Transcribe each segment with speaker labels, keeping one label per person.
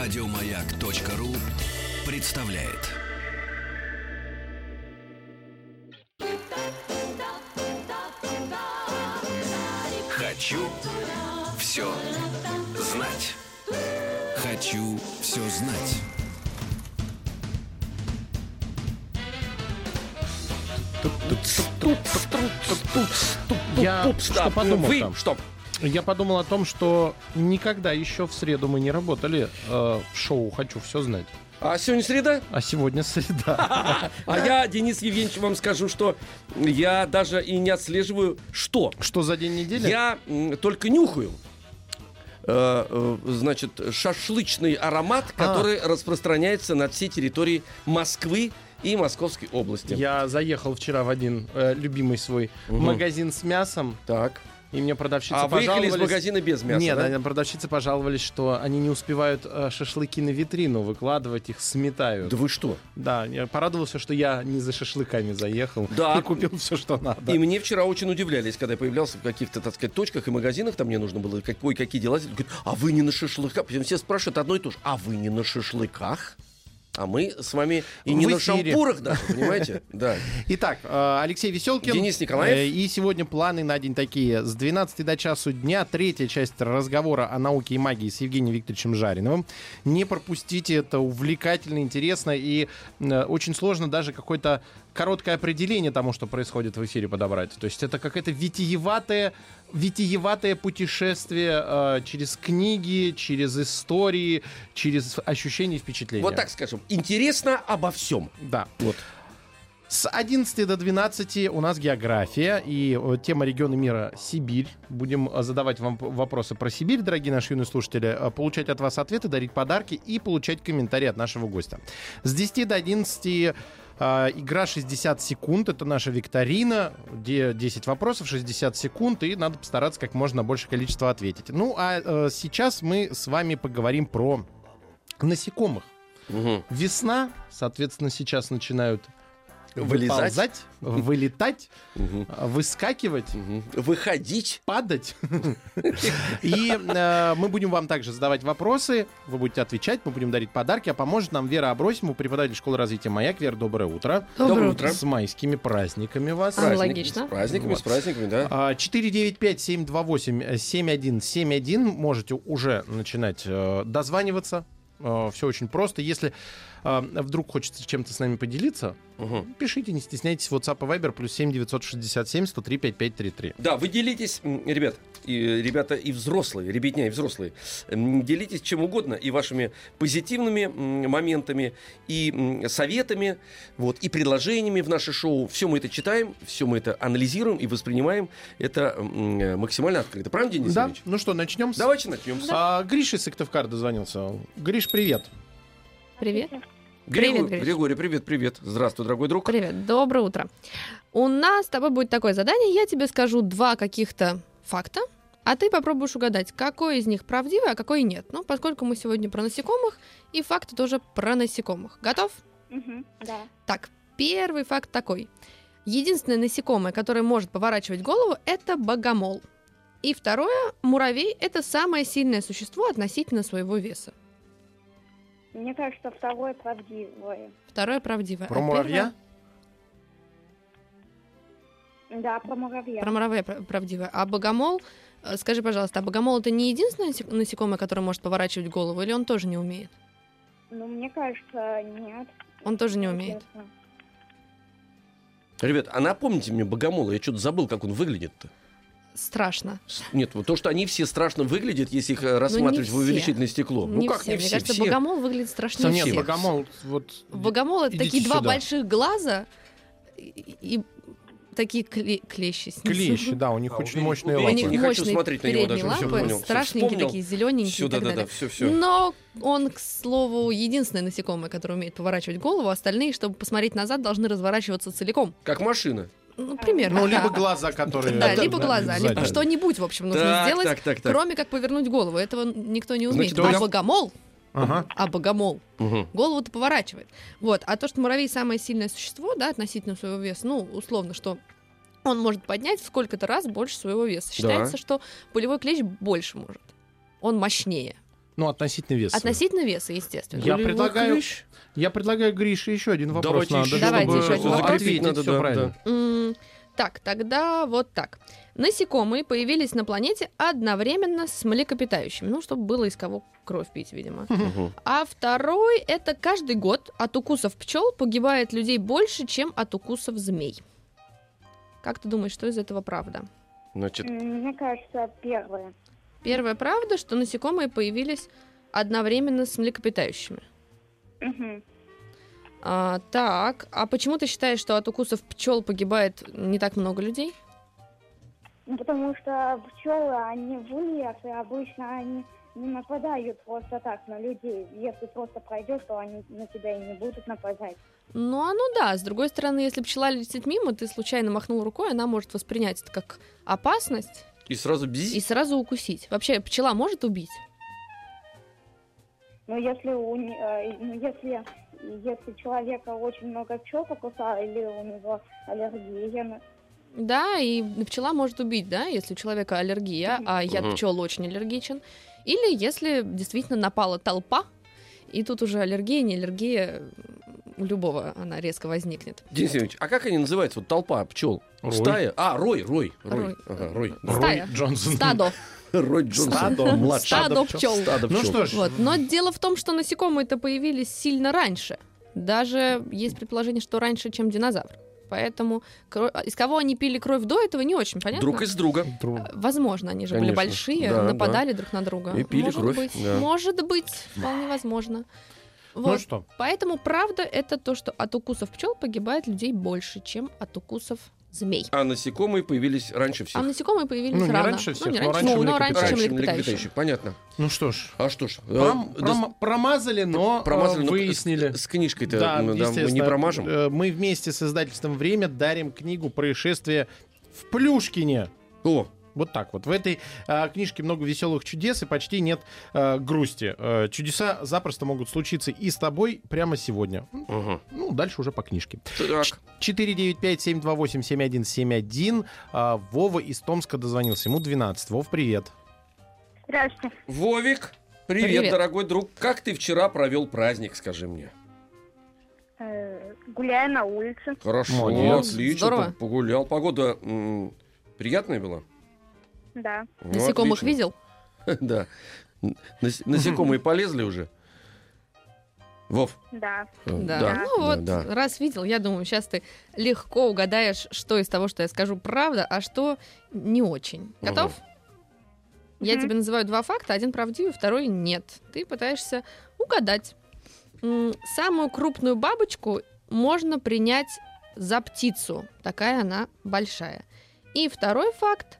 Speaker 1: Радиомаяк.ру представляет. Хочу все знать. Хочу все знать.
Speaker 2: Я что
Speaker 3: Да,
Speaker 2: подумал
Speaker 3: вы,
Speaker 2: там?
Speaker 3: что?
Speaker 2: Я подумал о том, что никогда еще в среду мы не работали э, в шоу «Хочу все знать».
Speaker 3: А сегодня среда?
Speaker 2: А сегодня среда.
Speaker 3: А я, Денис Евгеньевич, вам скажу, что я даже и не отслеживаю, что.
Speaker 2: Что за день недели?
Speaker 3: Я м, только нюхаю. э, э, Значит, шашлычный аромат,
Speaker 2: А.
Speaker 3: который распространяется над всей территорией Москвы и Московской области.
Speaker 2: Я заехал вчера в один э, любимый свой магазин с мясом,
Speaker 3: Так.
Speaker 2: и мне продавщица
Speaker 3: А выехали из
Speaker 2: пожаловалась...
Speaker 3: магазина без мяса?
Speaker 2: Нет,
Speaker 3: да?
Speaker 2: они- продавщицы пожаловались, что они не успевают э, шашлыки на витрину выкладывать, их сметают.
Speaker 3: Да вы что?
Speaker 2: Да, я порадовался, что я не за шашлыками заехал
Speaker 3: Да.
Speaker 2: и купил все, что надо.
Speaker 3: И мне вчера очень удивлялись, когда я появлялся в каких-то, так сказать, точках и магазинах, там мне нужно было какой, какие дела. сделать. Говорят, а вы не на шашлыках? Причем все спрашивают одно и то же. А вы не на шашлыках? А мы с вами и не
Speaker 2: В
Speaker 3: на
Speaker 2: эфире.
Speaker 3: шампурах даже, понимаете? Да.
Speaker 2: Итак, э, Алексей Веселкин.
Speaker 3: Денис Николаев.
Speaker 2: Э, И сегодня планы на день такие. С 12 до часу дня третья часть разговора о науке и магии с Евгением Викторовичем Жариновым. Не пропустите, это увлекательно, интересно и э, очень сложно даже какое-то короткое определение тому, что происходит в эфире, подобрать. То есть это какая-то витиеватая витиеватое путешествие э, через книги, через истории, через ощущения и впечатления.
Speaker 3: Вот так скажем. Интересно обо всем.
Speaker 2: Да.
Speaker 3: Вот.
Speaker 2: С 11 до 12 у нас география и э, тема региона мира Сибирь. Будем э, задавать вам п- вопросы про Сибирь, дорогие наши юные слушатели, э, получать от вас ответы, дарить подарки и получать комментарии от нашего гостя. С 10 до 11 э, игра 60 секунд. Это наша викторина, где 10 вопросов, 60 секунд, и надо постараться как можно больше количество ответить. Ну, а э, сейчас мы с вами поговорим про насекомых.
Speaker 3: Мгм.
Speaker 2: Весна, соответственно, сейчас начинают
Speaker 3: Вылезать.
Speaker 2: выползать, вылетать, а,
Speaker 3: Мгм.
Speaker 2: выскакивать,
Speaker 3: Мгм. Выходить.
Speaker 2: падать. И э, мы будем вам также задавать вопросы, вы будете отвечать, мы будем дарить подарки, а поможет нам Вера Абросимова, преподаватель школы развития «Маяк». Вера, доброе утро.
Speaker 3: Доброе утро.
Speaker 2: С майскими праздниками вас.
Speaker 3: Праздник.
Speaker 4: логично.
Speaker 3: С праздниками,
Speaker 2: Вот.
Speaker 3: с праздниками, да.
Speaker 2: А, 495-728-7171. Можете уже начинать э, дозваниваться. Все очень просто. Если э, вдруг хочется чем-то с нами поделиться,
Speaker 3: Мгм.
Speaker 2: пишите, не стесняйтесь. WhatsApp и Viber плюс 7 967 103 5533.
Speaker 3: Да, вы делитесь, м, ребят, и, ребята и взрослые, ребятня и взрослые, м, делитесь чем угодно и вашими позитивными м, моментами, и м, советами, вот, и предложениями в наше шоу. Все мы это читаем, все мы это анализируем и воспринимаем. Это м, максимально открыто. Правильно, Денис
Speaker 2: Да,
Speaker 3: Ильич?
Speaker 2: ну что, начнем? с
Speaker 3: Давайте начнем. с-
Speaker 2: А, Гриша из Сыктывкара дозвонился. Гриш, привет.
Speaker 4: Привет.
Speaker 3: Григорий,
Speaker 4: Привет, Гриш.
Speaker 3: Григорий, привет, привет. Здравствуй, дорогой друг.
Speaker 4: Привет. Доброе утро. У нас с тобой будет такое задание. Я тебе скажу два каких-то факта, а ты попробуешь угадать, какой из них правдивый, а какой нет. Ну, поскольку мы сегодня про насекомых, и факты тоже про насекомых. Готов?
Speaker 5: Мгм, Да.
Speaker 4: Так, первый факт такой. Единственное насекомое, которое может поворачивать голову, это богомол. И второе, муравей – это самое сильное существо относительно своего веса.
Speaker 5: Мне кажется, второе правдивое.
Speaker 4: Второе правдивое.
Speaker 2: Про
Speaker 4: а
Speaker 2: муравья?
Speaker 5: Да, про муравья.
Speaker 4: Про муравья пра- правдиво. А богомол, э, скажи, пожалуйста, а богомол это не единственное насек- насекомое, которое может поворачивать голову, или он тоже не умеет?
Speaker 5: Ну, мне кажется, нет.
Speaker 4: Он тоже не умеет.
Speaker 5: Честно.
Speaker 3: Ребят, а напомните мне богомола, я что-то забыл, как он выглядит-то.
Speaker 4: Страшно.
Speaker 3: С- Нет, вот то, что они все страшно выглядят, если их э, рассматривать в
Speaker 4: Ну, все.
Speaker 3: увеличительное стекло. ну как
Speaker 4: все.
Speaker 3: не
Speaker 4: Мне
Speaker 3: все?
Speaker 4: кажется,
Speaker 3: все.
Speaker 4: богомол выглядит страшнее
Speaker 2: Нет,
Speaker 4: всех.
Speaker 2: богомол. Вот,
Speaker 4: Богомол это
Speaker 2: Идите
Speaker 4: такие два
Speaker 2: сюда.
Speaker 4: больших глаза и, и такие кле- клещи. с ним.
Speaker 2: клещи, да, у них
Speaker 3: А,
Speaker 2: очень
Speaker 3: увели-
Speaker 2: мощные
Speaker 4: У
Speaker 3: увели-
Speaker 2: лапы.
Speaker 4: них
Speaker 3: Не хочу
Speaker 4: мощные
Speaker 3: смотреть на него
Speaker 4: передние
Speaker 3: даже, всё,
Speaker 4: лапы,
Speaker 3: понял, всё,
Speaker 4: страшненькие
Speaker 3: вспомнил.
Speaker 4: такие, зелененькие и
Speaker 3: Сюда,
Speaker 4: так
Speaker 3: да, да,
Speaker 4: далее. Ну,
Speaker 3: все, все.
Speaker 4: Но он, к слову, единственное насекомое, которое умеет поворачивать голову, а остальные, чтобы посмотреть назад, должны разворачиваться целиком.
Speaker 3: Как машина.
Speaker 4: Ну, примерно.
Speaker 2: Ну,
Speaker 4: да.
Speaker 2: либо глаза, которые...
Speaker 4: Да, либо глаза,
Speaker 2: сзади.
Speaker 4: либо что-нибудь, в общем, нужно
Speaker 3: Так,
Speaker 4: ну, сделать,
Speaker 3: так, так, так.
Speaker 4: кроме как повернуть голову. Этого никто не умеет.
Speaker 3: Значит,
Speaker 4: а
Speaker 3: богом-
Speaker 4: богомол,
Speaker 2: Ага.
Speaker 4: а богомол,
Speaker 3: Мгм.
Speaker 4: голову-то поворачивает. Вот, а то, что муравей самое сильное существо, да, относительно своего веса, ну, условно, что он может поднять в сколько-то раз больше своего веса. Считается, что полевой клещ больше может. Он мощнее.
Speaker 2: Ну, относительно веса.
Speaker 4: Относительно веса, естественно.
Speaker 2: Я
Speaker 3: Или
Speaker 2: предлагаю-
Speaker 3: лыщ?
Speaker 2: Я предлагаю Грише еще один вопрос
Speaker 3: Давайте
Speaker 2: надо,
Speaker 3: еще.
Speaker 2: чтобы
Speaker 4: Давайте еще один вопрос.
Speaker 2: закрепить
Speaker 3: Надо,
Speaker 2: всё
Speaker 3: да,
Speaker 2: правильно.
Speaker 4: М, Так, тогда вот так. Насекомые появились на планете одновременно с млекопитающими. Ну, чтобы было из кого кровь пить, видимо.
Speaker 3: Мгм.
Speaker 4: А второй — это каждый год от укусов пчел погибает людей больше, чем от укусов змей. Как ты думаешь, что из этого правда?
Speaker 3: Значит,
Speaker 5: М, Мне кажется, первое.
Speaker 4: Первая правда, что насекомые появились одновременно с млекопитающими.
Speaker 5: Мгм.
Speaker 4: А, так, а почему ты считаешь, что от укусов пчел погибает не так много людей?
Speaker 5: Ну, потому что пчелы, они вылезы, обычно они не нападают просто так на людей. Если просто пройдешь, то они на тебя и не будут нападать.
Speaker 4: Ну, оно да. С другой стороны, если пчела летит мимо, ты случайно махнул рукой, она может воспринять это как опасность
Speaker 3: и сразу бзись.
Speaker 4: и сразу укусить. Вообще, пчела может убить?
Speaker 5: Но если у не- э, ну, если если человека очень много пчел покусало или у него аллергия, на-
Speaker 4: Да, и пчела может убить, да, если у человека аллергия, а яд
Speaker 3: Мгм.
Speaker 4: пчел очень аллергичен. Или если действительно напала толпа, и тут уже аллергия, не аллергия м, у любого, она резко возникнет.
Speaker 3: Денис Евгеньевич, а как они называются? Вот толпа пчел.
Speaker 2: Рой.
Speaker 3: Стая? А, рой, рой. Рой.
Speaker 4: Рой.
Speaker 3: Ага, рой.
Speaker 4: Стая.
Speaker 2: Рой Джонсон.
Speaker 4: Стадо.
Speaker 3: Рой Джонсон.
Speaker 2: Стадо, младший.
Speaker 4: Стадо пчел.
Speaker 3: Стадо
Speaker 2: Ну
Speaker 3: пчел.
Speaker 2: что ж,
Speaker 4: Вот. Но дело в том, что насекомые-то появились сильно раньше. Даже есть предположение, что раньше, чем динозавр. Поэтому кро- из кого они пили кровь до этого, не очень понятно. А,
Speaker 3: Друг из друга.
Speaker 2: друг.
Speaker 4: Возможно, они же были
Speaker 3: Конечно.
Speaker 4: большие,
Speaker 3: Да,
Speaker 4: нападали друг на друга.
Speaker 3: И пили
Speaker 4: Может
Speaker 3: кровь,
Speaker 4: быть,
Speaker 3: да.
Speaker 4: может быть, вполне возможно.
Speaker 2: Ну
Speaker 4: Вот.
Speaker 2: что,
Speaker 4: Поэтому правда это то, что от укусов пчел погибает людей больше, чем от укусов змей.
Speaker 3: А насекомые появились раньше всех.
Speaker 4: А насекомые появились
Speaker 2: Ну, не
Speaker 4: рано.
Speaker 2: раньше всех,
Speaker 4: ну, не
Speaker 2: но
Speaker 4: раньше,
Speaker 2: раньше
Speaker 4: ну, но раньше, чем
Speaker 2: млекопитающих.
Speaker 4: млекопитающие.
Speaker 3: Понятно.
Speaker 2: ну что ж.
Speaker 3: А что ж, э,
Speaker 2: Пром-
Speaker 3: да
Speaker 2: прома- промазали, но э,
Speaker 3: промазали, но
Speaker 2: выяснили.
Speaker 3: с, с книжкой-то
Speaker 2: Да,
Speaker 3: ну, да, мы не
Speaker 2: естественно.
Speaker 3: промажем.
Speaker 2: Э, Мы вместе с издательством «Время» дарим книгу «Происшествие в Плюшкине».
Speaker 3: О,
Speaker 2: Вот так вот. В этой а, книжке много веселых чудес и почти нет а, грусти. Э, чудеса запросто могут случиться и с тобой прямо сегодня.
Speaker 3: ага.
Speaker 2: Ну, дальше уже по книжке.
Speaker 3: Так,
Speaker 2: 495-728-7171. А, Вова из Томска дозвонился. Ему 12. Вов, привет.
Speaker 5: Здравствуйте.
Speaker 3: Вовик, привет,
Speaker 4: Привет.
Speaker 3: дорогой друг. Как ты вчера провел праздник, скажи мне?
Speaker 5: Э, Гуляю на улице.
Speaker 3: Хорошо, ну,
Speaker 2: Молодец.
Speaker 3: отлично.
Speaker 4: Здорово.
Speaker 3: п- Погулял. Погода м, приятная была?
Speaker 5: Да.
Speaker 3: Ну,
Speaker 4: Насекомых
Speaker 3: отлично.
Speaker 4: видел?
Speaker 3: Да. Н- нас- Насекомые полезли уже? Вов.
Speaker 5: Да.
Speaker 3: э,
Speaker 4: Да.
Speaker 3: да,
Speaker 4: Ну вот,
Speaker 3: да, да.
Speaker 4: раз видел, я думаю, сейчас ты легко угадаешь, что из того, что я скажу, правда, а что не очень. Готов? Я
Speaker 5: Мгм.
Speaker 4: тебе называю два факта, один правдивый, второй нет. Ты пытаешься угадать. М, Самую крупную бабочку можно принять за птицу. Такая она большая. И второй факт.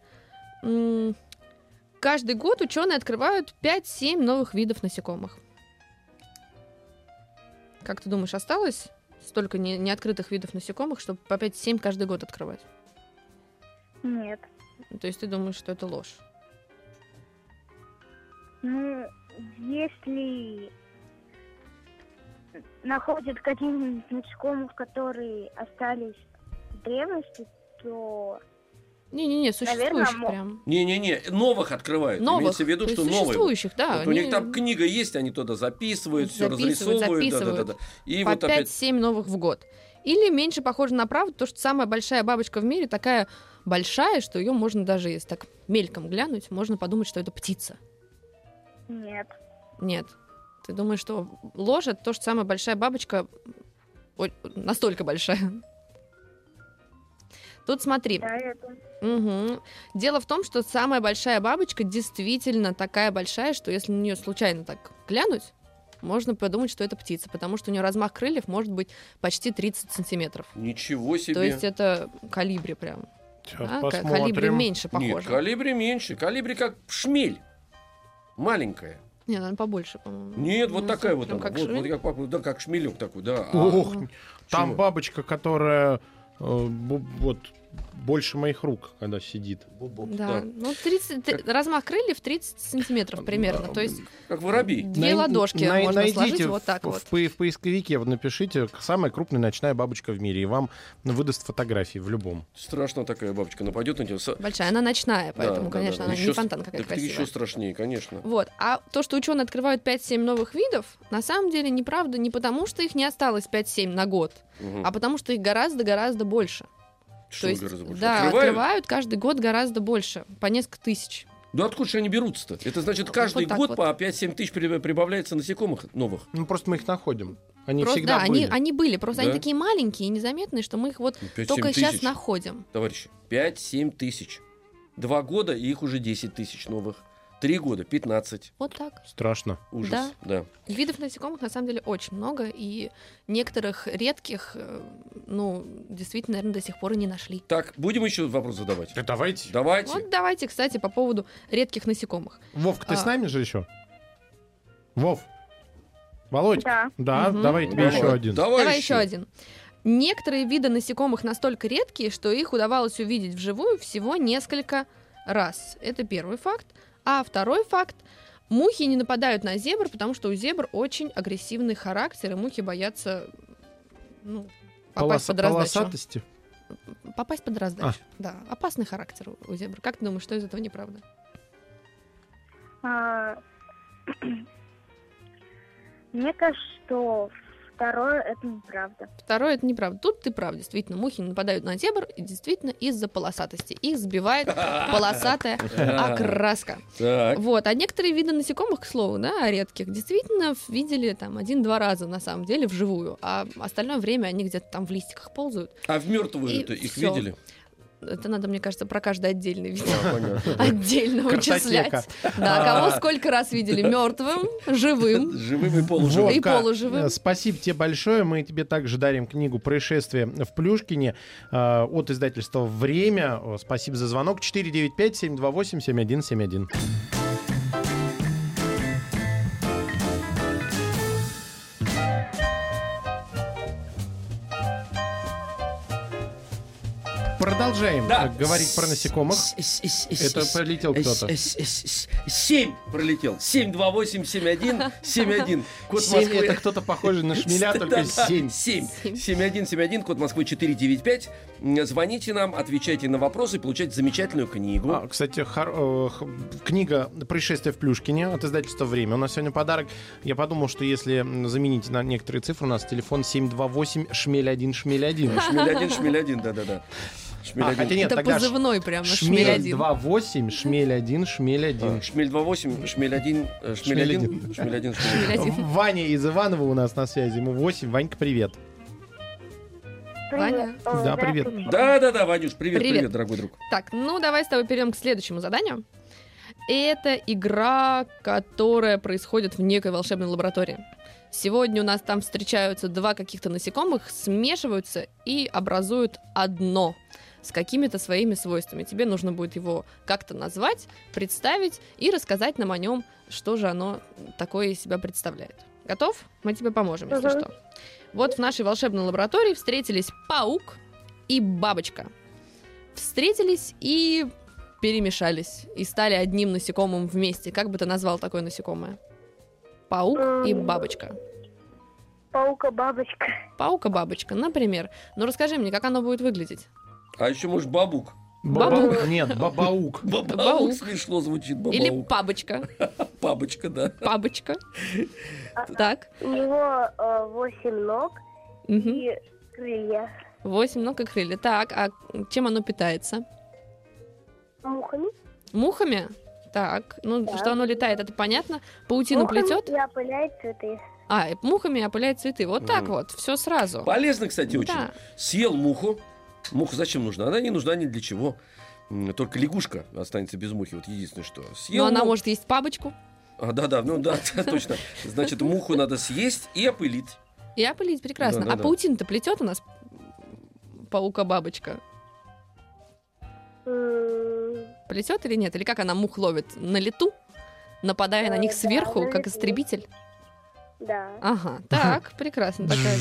Speaker 4: М, Каждый год ученые открывают 5-7 новых видов насекомых. Как ты думаешь, осталось столько не- неоткрытых видов насекомых, чтобы по 5-7 каждый год открывать?
Speaker 5: Нет.
Speaker 4: То есть ты думаешь, что это ложь?
Speaker 5: Ну, если находят каких-нибудь насекомых, которые остались в древности, то
Speaker 4: Не-не-не, существующих
Speaker 5: мо-
Speaker 4: прям.
Speaker 3: Не-не-не, новых открывают.
Speaker 4: Новых.
Speaker 3: Имеется в виду,
Speaker 4: то
Speaker 3: что
Speaker 4: есть
Speaker 3: новые.
Speaker 4: существующих, да.
Speaker 3: Вот у них
Speaker 4: они
Speaker 3: там книга есть, они туда записывают, все
Speaker 4: Записывают,
Speaker 3: разрисовывают. да, да, да,
Speaker 4: записывают.
Speaker 3: да. И
Speaker 4: по
Speaker 3: вот опять
Speaker 4: 5-7 новых в год. Или меньше похоже на правду, то, что самая большая бабочка в мире такая большая, что ее можно даже, если так мельком глянуть, можно подумать, что это птица.
Speaker 5: нет.
Speaker 4: Нет. Ты думаешь, что ложь это то, что самая большая бабочка о- настолько большая? Тут смотри,
Speaker 5: Да, это...
Speaker 4: Мгм. Дело в том, что самая большая бабочка действительно такая большая, что если на нее случайно так глянуть, можно подумать, что это птица, потому что у нее размах крыльев может быть почти 30 сантиметров.
Speaker 3: ничего себе. А
Speaker 4: То есть это калибри прям. да, ка- Калибри
Speaker 2: посмотрим.
Speaker 4: меньше похоже.
Speaker 3: Нет, калибри меньше. Калибри как шмель. Маленькая.
Speaker 4: Не, наверное, побольше, по-моему.
Speaker 3: Нет, вот
Speaker 4: Ну,
Speaker 3: такая вот
Speaker 4: прям
Speaker 3: она.
Speaker 4: как
Speaker 3: вот,
Speaker 4: шмель.
Speaker 3: вот как, папа- да, как шмелек такой, да. А
Speaker 2: Ох, там
Speaker 3: Чего?
Speaker 2: бабочка, которая э, бу- вот больше моих рук, когда сидит.
Speaker 3: А,
Speaker 4: Да, ну 30, т- размах крыльев 30 сантиметров примерно, то есть
Speaker 3: Как воробей.
Speaker 4: две
Speaker 2: Най-
Speaker 4: ладошки
Speaker 2: най-
Speaker 4: можно
Speaker 2: найдите
Speaker 4: сложить вот
Speaker 2: в-
Speaker 4: так
Speaker 2: в,
Speaker 4: вот.
Speaker 2: пое- в поисковике вот напишите самая крупная ночная бабочка в мире, и вам выдаст фотографии в любом.
Speaker 3: Страшно такая бабочка нападет на тебя. Со-
Speaker 4: Большая, она ночная, поэтому,
Speaker 3: Да, да,
Speaker 4: конечно,
Speaker 3: да. Ну,
Speaker 4: она
Speaker 3: Ещё
Speaker 4: не
Speaker 3: с-
Speaker 4: фонтан какая-то
Speaker 3: Так ты
Speaker 4: красивая.
Speaker 3: еще страшнее, конечно.
Speaker 4: Вот. А то, что ученые открывают 5-7 новых видов, на самом деле неправда не потому, что их не осталось 5-7 на год,
Speaker 3: Мгм.
Speaker 4: а потому, что их гораздо-гораздо больше.
Speaker 3: Хм. Что
Speaker 4: То есть,
Speaker 3: гораздо больше?
Speaker 4: Да,
Speaker 3: Открывают?
Speaker 4: открывают? каждый год гораздо больше, по несколько тысяч.
Speaker 3: Да откуда же они берутся-то? Это значит,
Speaker 4: Вот
Speaker 3: каждый
Speaker 4: так
Speaker 3: год
Speaker 4: вот.
Speaker 3: по 5-7 тысяч при- прибавляется насекомых новых.
Speaker 2: Ну просто мы их находим. Они
Speaker 4: просто,
Speaker 2: всегда
Speaker 4: да,
Speaker 2: были.
Speaker 4: Они, они были, просто
Speaker 3: Да?
Speaker 4: они такие маленькие и незаметные, что мы их вот
Speaker 3: 5-7
Speaker 4: только
Speaker 3: тысяч.
Speaker 4: сейчас находим.
Speaker 3: Товарищи, 5-7 тысяч. Два года, и их уже 10 тысяч новых. Три года, 15.
Speaker 4: Вот так.
Speaker 2: Страшно.
Speaker 3: Ужас. Да.
Speaker 4: Видов насекомых на самом деле очень много, и некоторых редких, э, ну, действительно, наверное, до сих пор и не нашли.
Speaker 3: Так, будем еще вопрос задавать?
Speaker 2: Да давайте.
Speaker 3: Давайте.
Speaker 4: Вот давайте, кстати, по поводу редких насекомых.
Speaker 2: Вовка, ты
Speaker 4: А.
Speaker 2: с нами же еще? Вов. Володь.
Speaker 5: Да.
Speaker 2: Да,
Speaker 4: Мгм.
Speaker 2: давай тебе
Speaker 3: Давай.
Speaker 2: еще один.
Speaker 3: Давай,
Speaker 4: Давай еще один. Некоторые виды насекомых настолько редкие, что их удавалось увидеть вживую всего несколько раз. Это первый факт. А второй факт. Мухи не нападают на зебр, потому что у зебр очень агрессивный характер, и мухи боятся ну, попасть
Speaker 2: Полоса-
Speaker 4: под раздачу.
Speaker 2: полосатости.
Speaker 4: Попасть под раздачу. Да, опасный характер у- у зебр. Как ты думаешь, что из этого неправда?
Speaker 5: А, Мне кажется, что второе это неправда.
Speaker 4: Второе, это неправда. Тут ты прав, действительно, мухи не нападают на зебр, и действительно, из-за полосатости. Их сбивает полосатая окраска.
Speaker 3: Так.
Speaker 4: Вот, а некоторые виды насекомых, к слову, да, редких, действительно видели там один-два раза на самом деле вживую, а остальное время они где-то там в листиках ползают.
Speaker 3: А в мертвую
Speaker 4: И
Speaker 3: то их
Speaker 4: всё.
Speaker 3: видели?
Speaker 4: Это надо, мне кажется, про каждый отдельный вид
Speaker 3: А, понятно.
Speaker 4: отдельно
Speaker 2: Картотека. А.
Speaker 4: вычислять. Да, кого сколько раз видели мертвым, живым.
Speaker 3: Живым и полуживым.
Speaker 4: Вот. И полуживым.
Speaker 2: э, спасибо тебе большое. Мы тебе также дарим книгу «Происшествие в Плюшкине» э, от издательства «Время». О, Спасибо за звонок. 495-728-7171. Продолжаем
Speaker 3: Да.
Speaker 2: э, говорить про насекомых. Это
Speaker 3: Это
Speaker 2: пролетел кто-то.
Speaker 3: Семь пролетел. Семь, два, восемь, семь, один, семь, один. Код
Speaker 2: Семь
Speaker 3: Москвы.
Speaker 2: это кто-то похожий на шмеля, только семь.
Speaker 3: 7.
Speaker 4: Семь.
Speaker 3: 7171, код Москвы 495. М, Звоните нам, отвечайте на вопросы, получайте замечательную
Speaker 4: Ну,
Speaker 3: книгу.
Speaker 2: А, кстати, хор- э, х- книга «Происшествие в Плюшкине» от издательства «Время». У нас сегодня подарок. Я подумал, что если м, заменить на некоторые цифры, у нас телефон 728-шмель-1-шмель-1.
Speaker 3: Э, Шмель один, шмель один, да-да-да. Шмель
Speaker 2: А, хотя
Speaker 3: один. Э,
Speaker 2: нет,
Speaker 4: Это
Speaker 2: тогда ш-
Speaker 4: позывной прямо, шмель
Speaker 2: шмель
Speaker 4: один.
Speaker 2: 28, шмель 1, шмель
Speaker 3: А,
Speaker 2: 1.
Speaker 3: Шмель 28, шмель 1, шмель
Speaker 2: Шмель
Speaker 3: 1, шмель 1, шмель
Speaker 4: Шмель один.
Speaker 2: Ваня из Иванова у нас на связи, ему 8. Ванька, привет.
Speaker 4: Ваня?
Speaker 5: Привет. Э,
Speaker 2: Да, привет.
Speaker 5: здравствуйте.
Speaker 3: Да-да-да, Вадюш, привет,
Speaker 4: Привет.
Speaker 3: привет, дорогой друг.
Speaker 4: Так, ну давай с тобой перейдем к следующему заданию. Это игра, которая происходит в некой волшебной лаборатории. Сегодня у нас там встречаются два каких-то насекомых, смешиваются и образуют одно с какими-то своими свойствами. Тебе нужно будет его как-то назвать, представить и рассказать нам о нем, что же оно такое из себя представляет. Готов? Мы тебе поможем, если
Speaker 5: Мгм.
Speaker 4: что. Вот в нашей волшебной лаборатории встретились паук и бабочка. Встретились и перемешались, и стали одним насекомым вместе. Как бы ты назвал такое насекомое? Паук и
Speaker 5: Эм.
Speaker 4: бабочка.
Speaker 5: Паука-бабочка.
Speaker 4: Паука-бабочка, например. Ну расскажи мне, как оно будет выглядеть?
Speaker 3: А еще, может, бабук?
Speaker 4: Бабаук.
Speaker 2: Бабаук. Нет, бабаук.
Speaker 3: Бабаук
Speaker 4: Бабаук.
Speaker 3: смешно звучит,
Speaker 4: Или
Speaker 3: бабаук.
Speaker 4: пабочка.
Speaker 3: Бабочка, да.
Speaker 4: Пабочка. Так.
Speaker 5: У него э, восемь ног
Speaker 4: мгм.
Speaker 5: и крылья.
Speaker 4: Восемь ног и крылья. Так, а чем оно питается?
Speaker 5: Мухами.
Speaker 4: Мухами? Так, ну
Speaker 5: Да.
Speaker 4: что оно летает, это понятно. Паутину
Speaker 5: Мухами
Speaker 4: плетет.
Speaker 5: И опыляет цветы.
Speaker 4: А, и мухами опыляет цветы. Вот так
Speaker 3: Мгм.
Speaker 4: вот, все сразу.
Speaker 3: Полезно, кстати, очень.
Speaker 4: Да.
Speaker 3: Съел муху. Муха зачем нужна? Она не нужна ни для чего. М, Только лягушка останется без мухи. Вот единственное, что. Съел
Speaker 4: Но она
Speaker 3: муху-
Speaker 4: может есть пабочку
Speaker 3: А, да-да, ну да, да, точно. Значит, муху надо съесть и опылить.
Speaker 4: и опылить прекрасно.
Speaker 3: Да-да-да.
Speaker 4: А паутина-то плетет у нас паука-бабочка.
Speaker 5: М,
Speaker 4: Плетет или нет? Или как она мух ловит? На лету? Нападая на
Speaker 5: Э,
Speaker 4: них
Speaker 5: да,
Speaker 4: сверху,
Speaker 5: на
Speaker 4: как
Speaker 5: лету.
Speaker 4: истребитель?
Speaker 5: Да.
Speaker 4: Ага, так, прекрасно. Такая...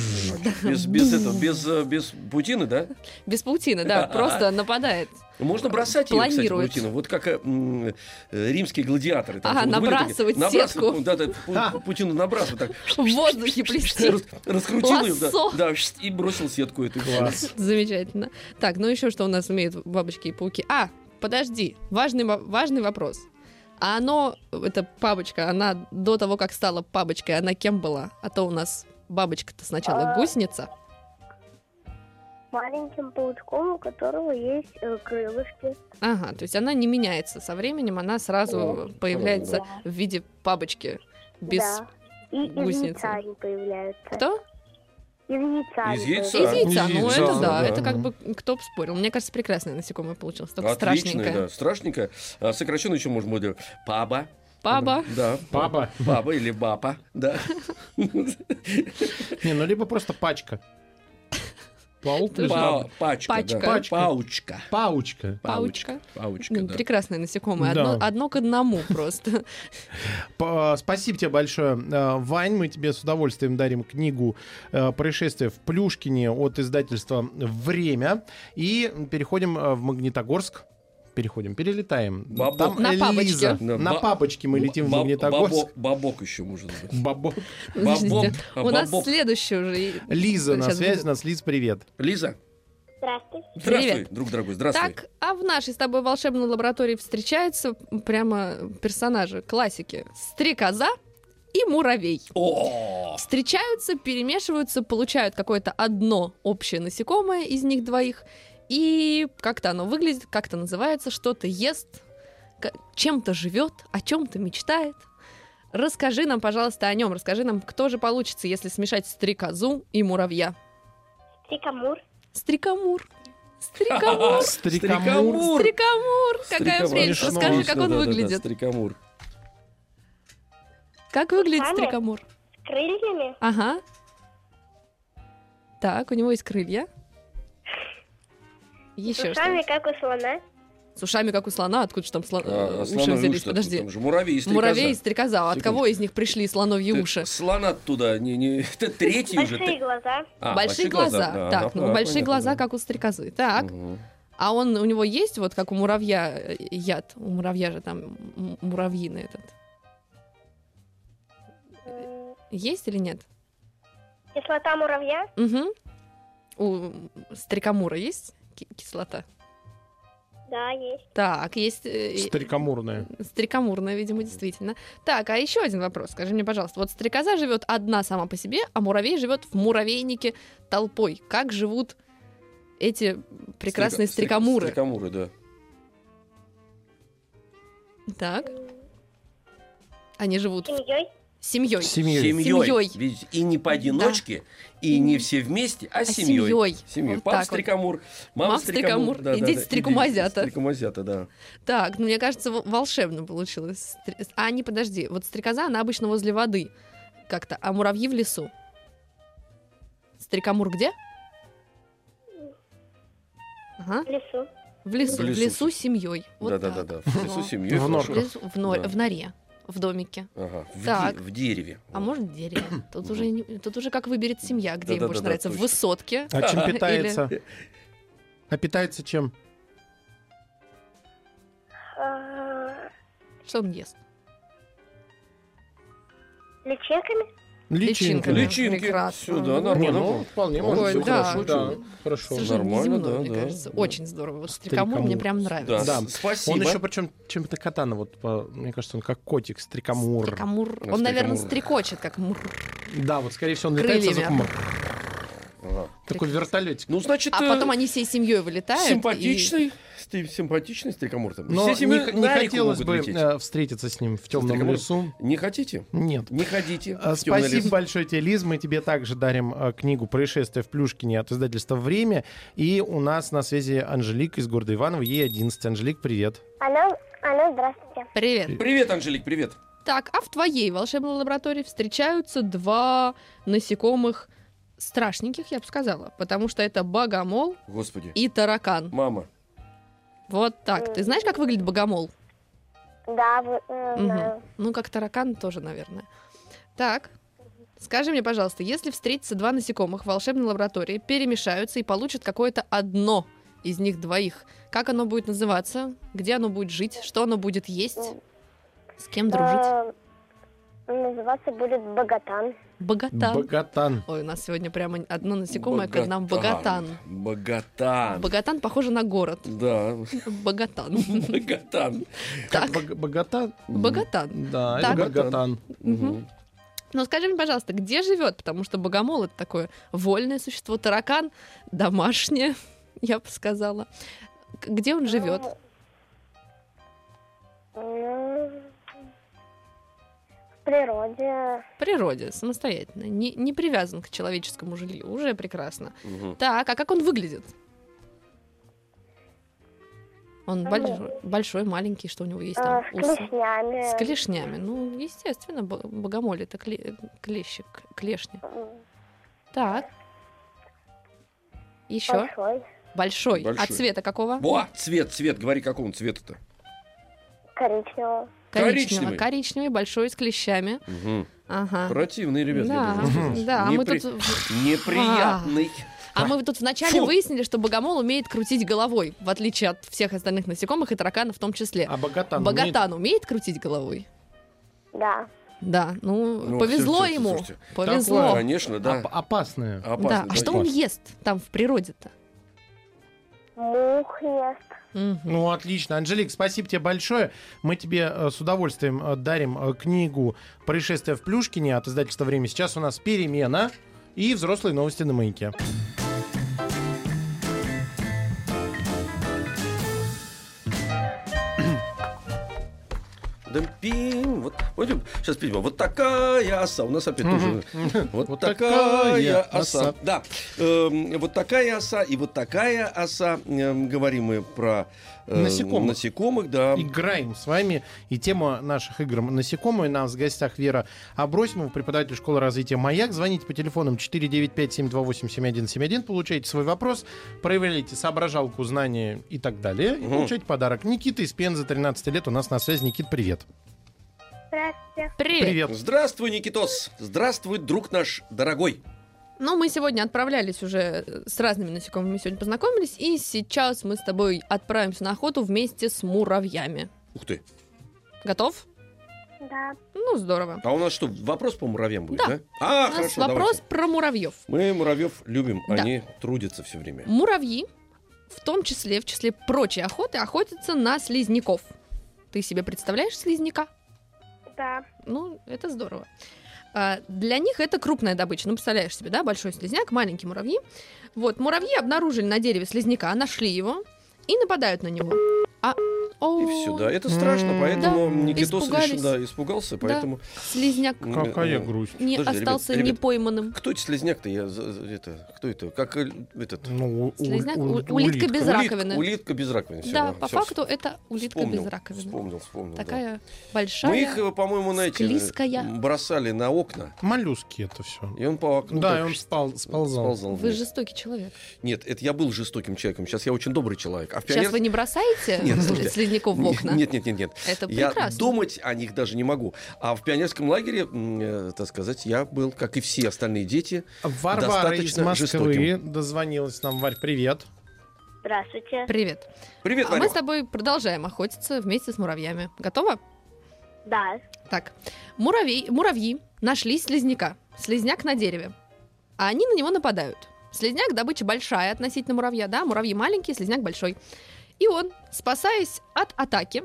Speaker 3: Без, без этого, без, э, без путины, да?
Speaker 4: Без паутины, да, просто нападает.
Speaker 3: Можно бросать ее, кстати,
Speaker 4: Планирует.
Speaker 3: паутину. Вот как э, м, э, римские гладиаторы.
Speaker 4: Ага,
Speaker 3: вот были такие,
Speaker 4: набрасывать
Speaker 3: набрасывают,
Speaker 4: сетку.
Speaker 3: Да, да, пу- паутину набрасывают так.
Speaker 4: В воздухе плести.
Speaker 3: Рас- Раскрутил ее, да,
Speaker 4: Лассо.
Speaker 3: да, и бросил сетку эту.
Speaker 2: Класс.
Speaker 4: Замечательно. Так, ну еще что у нас умеют бабочки и пауки? А, подожди, важный, во- важный вопрос. А оно, эта бабочка, она до того, как стала бабочкой, она кем была? А то у нас бабочка-то сначала
Speaker 5: А.
Speaker 4: гусеница.
Speaker 5: Маленьким паучком, у которого есть э, крылышки.
Speaker 4: Ага, то есть она не меняется со временем, она сразу появляется в виде бабочки. Без...
Speaker 5: Да. И из
Speaker 4: гусеницы.
Speaker 5: яйца они появляются.
Speaker 4: Кто?
Speaker 5: Из яйца.
Speaker 3: Из
Speaker 5: они
Speaker 3: яйца?
Speaker 4: Из
Speaker 3: Да.
Speaker 4: яйца.
Speaker 2: Из
Speaker 4: Ну,
Speaker 2: яйца,
Speaker 4: это да,
Speaker 3: да.
Speaker 4: это как бы кто бы спорил. Мне кажется, прекрасное насекомое получилось, только
Speaker 3: Отличная,
Speaker 4: страшненькое.
Speaker 3: да, страшненькая. А сокращенно еще можно будет паба.
Speaker 4: Паба.
Speaker 3: Да.
Speaker 2: Папа.
Speaker 3: Паба или бапа, да.
Speaker 2: Не, ну либо просто пачка. Паук
Speaker 4: Тоже.
Speaker 2: лежал.
Speaker 3: Па- Пачка,
Speaker 4: Пачка.
Speaker 3: да.
Speaker 2: Пачка.
Speaker 3: Паучка.
Speaker 2: Паучка.
Speaker 4: Паучка.
Speaker 3: Паучка,
Speaker 4: Ну,
Speaker 3: да.
Speaker 4: Прекрасное насекомое.
Speaker 2: Да.
Speaker 4: Одно, одно к одному просто.
Speaker 2: П- э, Спасибо тебе большое, э, Вань. Мы тебе с удовольствием дарим книгу э, «Происшествие в Плюшкине» от издательства «Время». И переходим э, в Магнитогорск. Переходим, перелетаем.
Speaker 3: Бабок.
Speaker 2: Там
Speaker 4: На
Speaker 2: Элиза.
Speaker 4: папочке.
Speaker 3: Да,
Speaker 2: На
Speaker 3: ба-
Speaker 2: папочке мы летим в
Speaker 3: Баб-
Speaker 2: Магнитогорск.
Speaker 3: бабо- Бабок еще может быть.
Speaker 2: Бабо.
Speaker 4: Подождите,
Speaker 3: а,
Speaker 4: У нас
Speaker 3: бабок.
Speaker 4: следующее уже. и-
Speaker 2: Лиза на
Speaker 4: Сейчас
Speaker 2: связи.
Speaker 4: будет.
Speaker 2: Нас, Лиз, привет.
Speaker 3: Лиза,
Speaker 5: Здравствуйте.
Speaker 3: здравствуй,
Speaker 4: Привет.
Speaker 3: друг дорогой, здравствуй.
Speaker 4: Так, а в нашей с тобой волшебной лаборатории встречаются прямо персонажи классики. Стрекоза и муравей.
Speaker 3: О,
Speaker 4: Встречаются, перемешиваются, получают какое-то одно общее насекомое из них двоих. И как-то оно выглядит, как-то называется, что-то ест, к- чем-то живет, о чем-то мечтает. Расскажи нам, пожалуйста, о нем. Расскажи нам, кто же получится, если смешать стрекозу и муравья.
Speaker 5: Сикамур.
Speaker 4: Стрекомур.
Speaker 3: а,
Speaker 4: Стрекомур.
Speaker 2: Стрекамур.
Speaker 4: Стрекомур. Какая
Speaker 3: Стрекомур.
Speaker 4: прелесть.
Speaker 2: Смешно.
Speaker 4: Расскажи, как
Speaker 3: Да,
Speaker 4: он
Speaker 3: да, да,
Speaker 4: выглядит.
Speaker 3: Стрекомур.
Speaker 4: Как выглядит
Speaker 5: Сами?
Speaker 4: стрекомур?
Speaker 5: С крыльями.
Speaker 4: Ага. Так, у него есть крылья. Еще что?
Speaker 5: как у слона.
Speaker 4: С ушами, как у слона. Откуда же там слон...
Speaker 3: А,
Speaker 4: э,
Speaker 3: слоновьи
Speaker 4: уши взялись?
Speaker 3: уши-то
Speaker 4: Подожди.
Speaker 3: Там же муравей и стрекоза.
Speaker 4: Муравей и стрекоза. От
Speaker 3: Секундочку.
Speaker 4: кого из них пришли слоновьи
Speaker 3: Ты
Speaker 4: уши?
Speaker 3: Слона туда, не, не, это третий уже. ты-
Speaker 5: глаза.
Speaker 3: А,
Speaker 4: большие глаза.
Speaker 3: да,
Speaker 4: так,
Speaker 3: да,
Speaker 4: ну
Speaker 3: да,
Speaker 4: большие
Speaker 3: понятно,
Speaker 4: глаза,
Speaker 3: да.
Speaker 4: как у стрекозы. Так.
Speaker 3: Мгм.
Speaker 4: А он у него есть, вот как у муравья э, яд. У муравья же там м- муравьиный этот. Есть или нет?
Speaker 5: Кислота муравья.
Speaker 4: Угу. У стрекомура есть ки- кислота?
Speaker 5: Да, есть.
Speaker 4: Так, есть... э,
Speaker 2: Стрекамурная.
Speaker 4: Стрекомурная, видимо, действительно. Так, а еще один вопрос. Скажи мне, пожалуйста, вот стрекоза живет одна сама по себе, а муравей живет в муравейнике толпой. Как живут эти прекрасные
Speaker 3: Стрека- стрек-
Speaker 4: стрекомуры?
Speaker 3: Стрекомуры, да.
Speaker 4: Так. Они живут
Speaker 5: Семьей.
Speaker 4: семьей.
Speaker 2: Семьей.
Speaker 3: Семьей.
Speaker 4: Семьей.
Speaker 3: Видите, и не поодиночке, и не все вместе, а, семьей.
Speaker 4: семьей.
Speaker 3: Семьей.
Speaker 4: Вот
Speaker 3: Папа
Speaker 4: так вот.
Speaker 3: стрекомур, мама,
Speaker 4: Мама
Speaker 3: стрекомур.
Speaker 4: стрекомур, и дети стрекомазята.
Speaker 3: И дети стрекомазята, да.
Speaker 4: Так, ну мне кажется, во- волшебно получилось. Стр- А, не, подожди, вот стрекоза, она обычно возле воды как-то, а муравьи в лесу. Стрекомур где? Ага,
Speaker 5: В лесу.
Speaker 4: в лесу, в
Speaker 3: В
Speaker 4: лесу,
Speaker 3: лесу.
Speaker 4: с семьей. Вот
Speaker 3: да, да,
Speaker 4: так.
Speaker 3: да, да. В лесу
Speaker 4: Ну.
Speaker 3: с семьей.
Speaker 2: В
Speaker 4: В,
Speaker 3: хорошо.
Speaker 4: лесу, в, нор-
Speaker 3: Да.
Speaker 4: в норе, в домике.
Speaker 3: Ага, в,
Speaker 4: Так.
Speaker 3: де- в дереве.
Speaker 4: А может, в дереве. Тут
Speaker 3: Мгм.
Speaker 4: уже, не- тут уже как выберет семья, где им
Speaker 3: Да-да-да-да,
Speaker 4: больше нравится. В
Speaker 3: точно.
Speaker 4: высотке.
Speaker 2: А чем питается? А питается чем?
Speaker 5: А,
Speaker 4: Что он ест?
Speaker 5: Личинками.
Speaker 4: Личинками.
Speaker 2: Личинками.
Speaker 3: Личинки.
Speaker 4: Прекрасно.
Speaker 3: Сюда,
Speaker 2: Не,
Speaker 3: нормально.
Speaker 2: ну, вполне
Speaker 3: Ой,
Speaker 2: можно.
Speaker 4: да.
Speaker 2: всё хорошо,
Speaker 3: Да.
Speaker 2: да, Хорошо.
Speaker 4: Совершенно
Speaker 3: нормально,
Speaker 4: неземное,
Speaker 3: да,
Speaker 4: мне
Speaker 3: да,
Speaker 4: кажется.
Speaker 3: да.
Speaker 4: Очень здорово. Вот стрекомур мне
Speaker 2: Стрекомур.
Speaker 4: прям нравится.
Speaker 2: Да.
Speaker 3: с- Спасибо.
Speaker 2: Он еще причем чем-то катана, вот, по- мне кажется, он как котик, стрекомур.
Speaker 4: Стрекомур.
Speaker 3: Ну,
Speaker 4: Он, наверное,
Speaker 3: стрекомур.
Speaker 4: стрекочет, как мур.
Speaker 2: Да, вот, скорее всего, он летает со
Speaker 4: Крыльями.
Speaker 2: звуком «мр».
Speaker 3: Ага.
Speaker 2: Такой вертолетик.
Speaker 3: Ну, значит,
Speaker 4: А
Speaker 3: э,
Speaker 4: потом они всей семьей вылетают. и-
Speaker 3: симпатичный, ты симпатичный стрекомур там.
Speaker 2: Но
Speaker 3: Все
Speaker 2: не,
Speaker 3: семьи
Speaker 2: х-
Speaker 3: на
Speaker 2: не
Speaker 3: реку
Speaker 2: хотелось
Speaker 3: могут
Speaker 2: бы
Speaker 3: лететь.
Speaker 2: э, встретиться с ним в темном
Speaker 3: Стрекомур?
Speaker 2: лесу.
Speaker 3: Не хотите?
Speaker 2: Нет.
Speaker 3: Не ходите.
Speaker 2: А,
Speaker 3: в темный
Speaker 2: Спасибо
Speaker 3: лес.
Speaker 2: большое тебе, Лиз. Мы тебе также дарим э, книгу «Происшествие в Плюшкине» от издательства «Время». И у нас на связи Анжелика из города Иваново. Ей 11. Анжелик, привет.
Speaker 5: Алло, алло, здравствуйте.
Speaker 4: Привет.
Speaker 3: Привет, Анжелик, привет.
Speaker 4: Так, а в твоей волшебной лаборатории встречаются два насекомых страшненьких, я бы сказала. Потому что это богомол
Speaker 3: Господи.
Speaker 4: и таракан.
Speaker 3: Мама.
Speaker 4: Вот так. Ты знаешь, как выглядит богомол?
Speaker 5: Да, вы, э,
Speaker 4: Мгм.
Speaker 5: знаю.
Speaker 4: Ну, как таракан тоже, наверное. Так. Скажи мне, пожалуйста, если встретятся два насекомых в волшебной лаборатории, перемешаются и получат какое-то одно из них двоих, как оно будет называться, где оно будет жить, что оно будет есть, с кем дружить?
Speaker 6: Э, Называться будет Богатан.
Speaker 4: Богатан.
Speaker 2: Богатан.
Speaker 4: Ой, у нас сегодня прямо одно насекомое к нам Богатан.
Speaker 3: Богатан.
Speaker 4: Богатан похоже на город.
Speaker 3: Да,
Speaker 4: Богатан.
Speaker 3: богатан.
Speaker 4: Так,
Speaker 2: Бог- Богатан?
Speaker 4: Богатан.
Speaker 2: Да,
Speaker 4: Так.
Speaker 2: это Богатан.
Speaker 4: Мгм. Ну скажи мне, пожалуйста, где живет? Потому что богомол это такое вольное существо, таракан домашнее, я бы сказала. К- Где он живет?
Speaker 6: Ну, в природе.
Speaker 4: В природе, самостоятельно. Не, не привязан к человеческому жилью. Уже прекрасно.
Speaker 3: Мгм.
Speaker 4: Так, а как он выглядит? Он
Speaker 6: А,
Speaker 4: большой, большой, маленький, что у него есть
Speaker 6: э,
Speaker 4: там?
Speaker 6: С
Speaker 4: Усы.
Speaker 6: клешнями.
Speaker 4: С клешнями. Ну, естественно, бо- богомоль это кле- клещик, клешня.
Speaker 6: М,
Speaker 4: Так. Еще
Speaker 6: Большой.
Speaker 4: большой.
Speaker 3: Большой.
Speaker 4: А цвета какого?
Speaker 3: Во, цвет, цвет, говори, какого он цвета-то?
Speaker 6: Коричневого.
Speaker 4: Коричневый.
Speaker 3: коричневый.
Speaker 4: Коричневый, большой, с клещами.
Speaker 3: Мгм.
Speaker 4: Ага.
Speaker 3: Противные ребята. я
Speaker 4: Да,
Speaker 3: должен сказать.
Speaker 4: да, а мы
Speaker 3: Непри-
Speaker 4: тут-
Speaker 3: Неприятный.
Speaker 4: А мы тут вначале
Speaker 3: Фу.
Speaker 4: выяснили, что богомол умеет крутить головой, в отличие от всех остальных насекомых и тараканов в том числе.
Speaker 2: А Богатан умеет?
Speaker 4: Богатан умеет крутить головой?
Speaker 6: Да.
Speaker 4: Да, ну,
Speaker 3: Ну,
Speaker 4: повезло
Speaker 3: слушайте,
Speaker 4: ему.
Speaker 3: слушайте.
Speaker 4: повезло.
Speaker 2: Такое,
Speaker 3: Конечно, да.
Speaker 2: Оп- опасное.
Speaker 3: Опасный
Speaker 4: А. Да, а что он
Speaker 3: парень.
Speaker 4: ест там в природе-то?
Speaker 6: Мух ест.
Speaker 4: Мгм.
Speaker 2: Ну, отлично. Анжелик, спасибо тебе большое. Мы тебе э, с удовольствием э, дарим э, книгу «Происшествие в Плюшкине» от издательства «Время». Сейчас у нас перемена и взрослые новости на маяке.
Speaker 3: Да пим, вот, пойдем, сейчас петь. Вот такая оса. У нас опять тоже. Вот
Speaker 2: Вот
Speaker 3: такая
Speaker 2: такая
Speaker 3: оса.
Speaker 2: оса.
Speaker 3: Да. Эм, Вот такая оса и вот такая оса. Эм, Говорим мы про э,
Speaker 2: Насекомых.
Speaker 3: Насекомых, да.
Speaker 2: Играем с вами. И тема наших игр «Насекомые». Нам в гостях Вера Абросимова, преподаватель школы развития «Маяк». Звоните по телефонам 495-728-7171. Получайте свой вопрос, проявляйте соображалку, знания и так далее. И
Speaker 3: Мгм.
Speaker 2: получайте подарок. Никита из Пензы, 13 лет, у нас на связи. Никит, привет.
Speaker 6: Здравствуйте.
Speaker 4: Привет.
Speaker 2: Привет.
Speaker 3: Здравствуй, Никитос. Здравствуй, друг наш дорогой.
Speaker 4: Ну, мы сегодня отправлялись уже э, с разными насекомыми, сегодня познакомились, и сейчас мы с тобой отправимся на охоту вместе с муравьями.
Speaker 3: Ух ты.
Speaker 4: Готов?
Speaker 6: Да.
Speaker 4: Ну, здорово.
Speaker 3: А у нас что, вопрос по муравьям будет,
Speaker 4: Да.
Speaker 3: да? А,
Speaker 4: У нас
Speaker 3: хорошо,
Speaker 4: вопрос
Speaker 3: давайте.
Speaker 4: про муравьев.
Speaker 3: Мы муравьев любим,
Speaker 4: Да.
Speaker 3: они трудятся все время.
Speaker 4: Муравьи, в том числе, в числе прочей охоты, охотятся на слизняков. Ты себе представляешь слизняка?
Speaker 6: Да.
Speaker 4: Ну, это здорово. А, Для них это крупная добыча. Ну, представляешь себе, да, большой слизняк, маленькие муравьи. Вот, муравьи обнаружили на дереве слизняка, нашли его и нападают на него. А, о,
Speaker 3: И все, да. Это страшно,
Speaker 2: М,
Speaker 3: поэтому
Speaker 4: да,
Speaker 3: Никитос
Speaker 4: испугались.
Speaker 3: решил, да, испугался, поэтому...
Speaker 4: слизняк
Speaker 2: Какая
Speaker 3: Э, э,
Speaker 2: грусть.
Speaker 4: не
Speaker 3: Подожди, ребят,
Speaker 4: остался
Speaker 3: ребят.
Speaker 4: непойманным.
Speaker 3: Кто это слезняк-то? Я за- за- это кто это? Как э, этот?
Speaker 2: Ну, у- у-
Speaker 4: Слизняк,
Speaker 2: у-
Speaker 4: у- улитка без
Speaker 3: Улит-
Speaker 4: раковины.
Speaker 3: Улитка без раковины. всё,
Speaker 4: да, по
Speaker 3: всё,
Speaker 4: факту это улитка
Speaker 3: вспомнил,
Speaker 4: без раковины.
Speaker 3: Вспомнил, вспомнил. да.
Speaker 4: Такая
Speaker 3: Мы
Speaker 4: большая.
Speaker 3: их, э, по-моему, знаете, э,
Speaker 4: склизкая.
Speaker 3: бросали на окна,
Speaker 2: Моллюски это все.
Speaker 3: и он по окну.
Speaker 2: Ну, да,
Speaker 3: так
Speaker 2: и он спал, сползал.
Speaker 3: сползал
Speaker 4: Вы
Speaker 3: вниз.
Speaker 4: жестокий человек.
Speaker 3: Нет, это я был жестоким человеком. Сейчас я очень добрый человек. А в
Speaker 4: Сейчас вы не бросаете
Speaker 3: Нет, слушайте.
Speaker 4: слизняков в окна?
Speaker 3: Нет, нет, нет, нет.
Speaker 4: Это
Speaker 3: Я
Speaker 4: прекрасно.
Speaker 3: думать о них даже не могу. А в пионерском лагере, м, э, так сказать, я был, как и все остальные дети,
Speaker 2: Варвара из
Speaker 3: достаточно
Speaker 2: Москвы
Speaker 3: жестоким.
Speaker 2: дозвонилась нам. Варь, привет.
Speaker 6: Здравствуйте.
Speaker 4: Привет.
Speaker 3: Привет,
Speaker 4: а мы
Speaker 3: Варя.
Speaker 4: с тобой продолжаем охотиться вместе с муравьями. Готова?
Speaker 6: Да.
Speaker 4: Так, муравей, муравьи нашли слизняка. Слизняк на дереве. А они на него нападают. Слизняк добыча большая относительно муравья, да? Муравьи маленькие, слизняк большой. И он, спасаясь от атаки,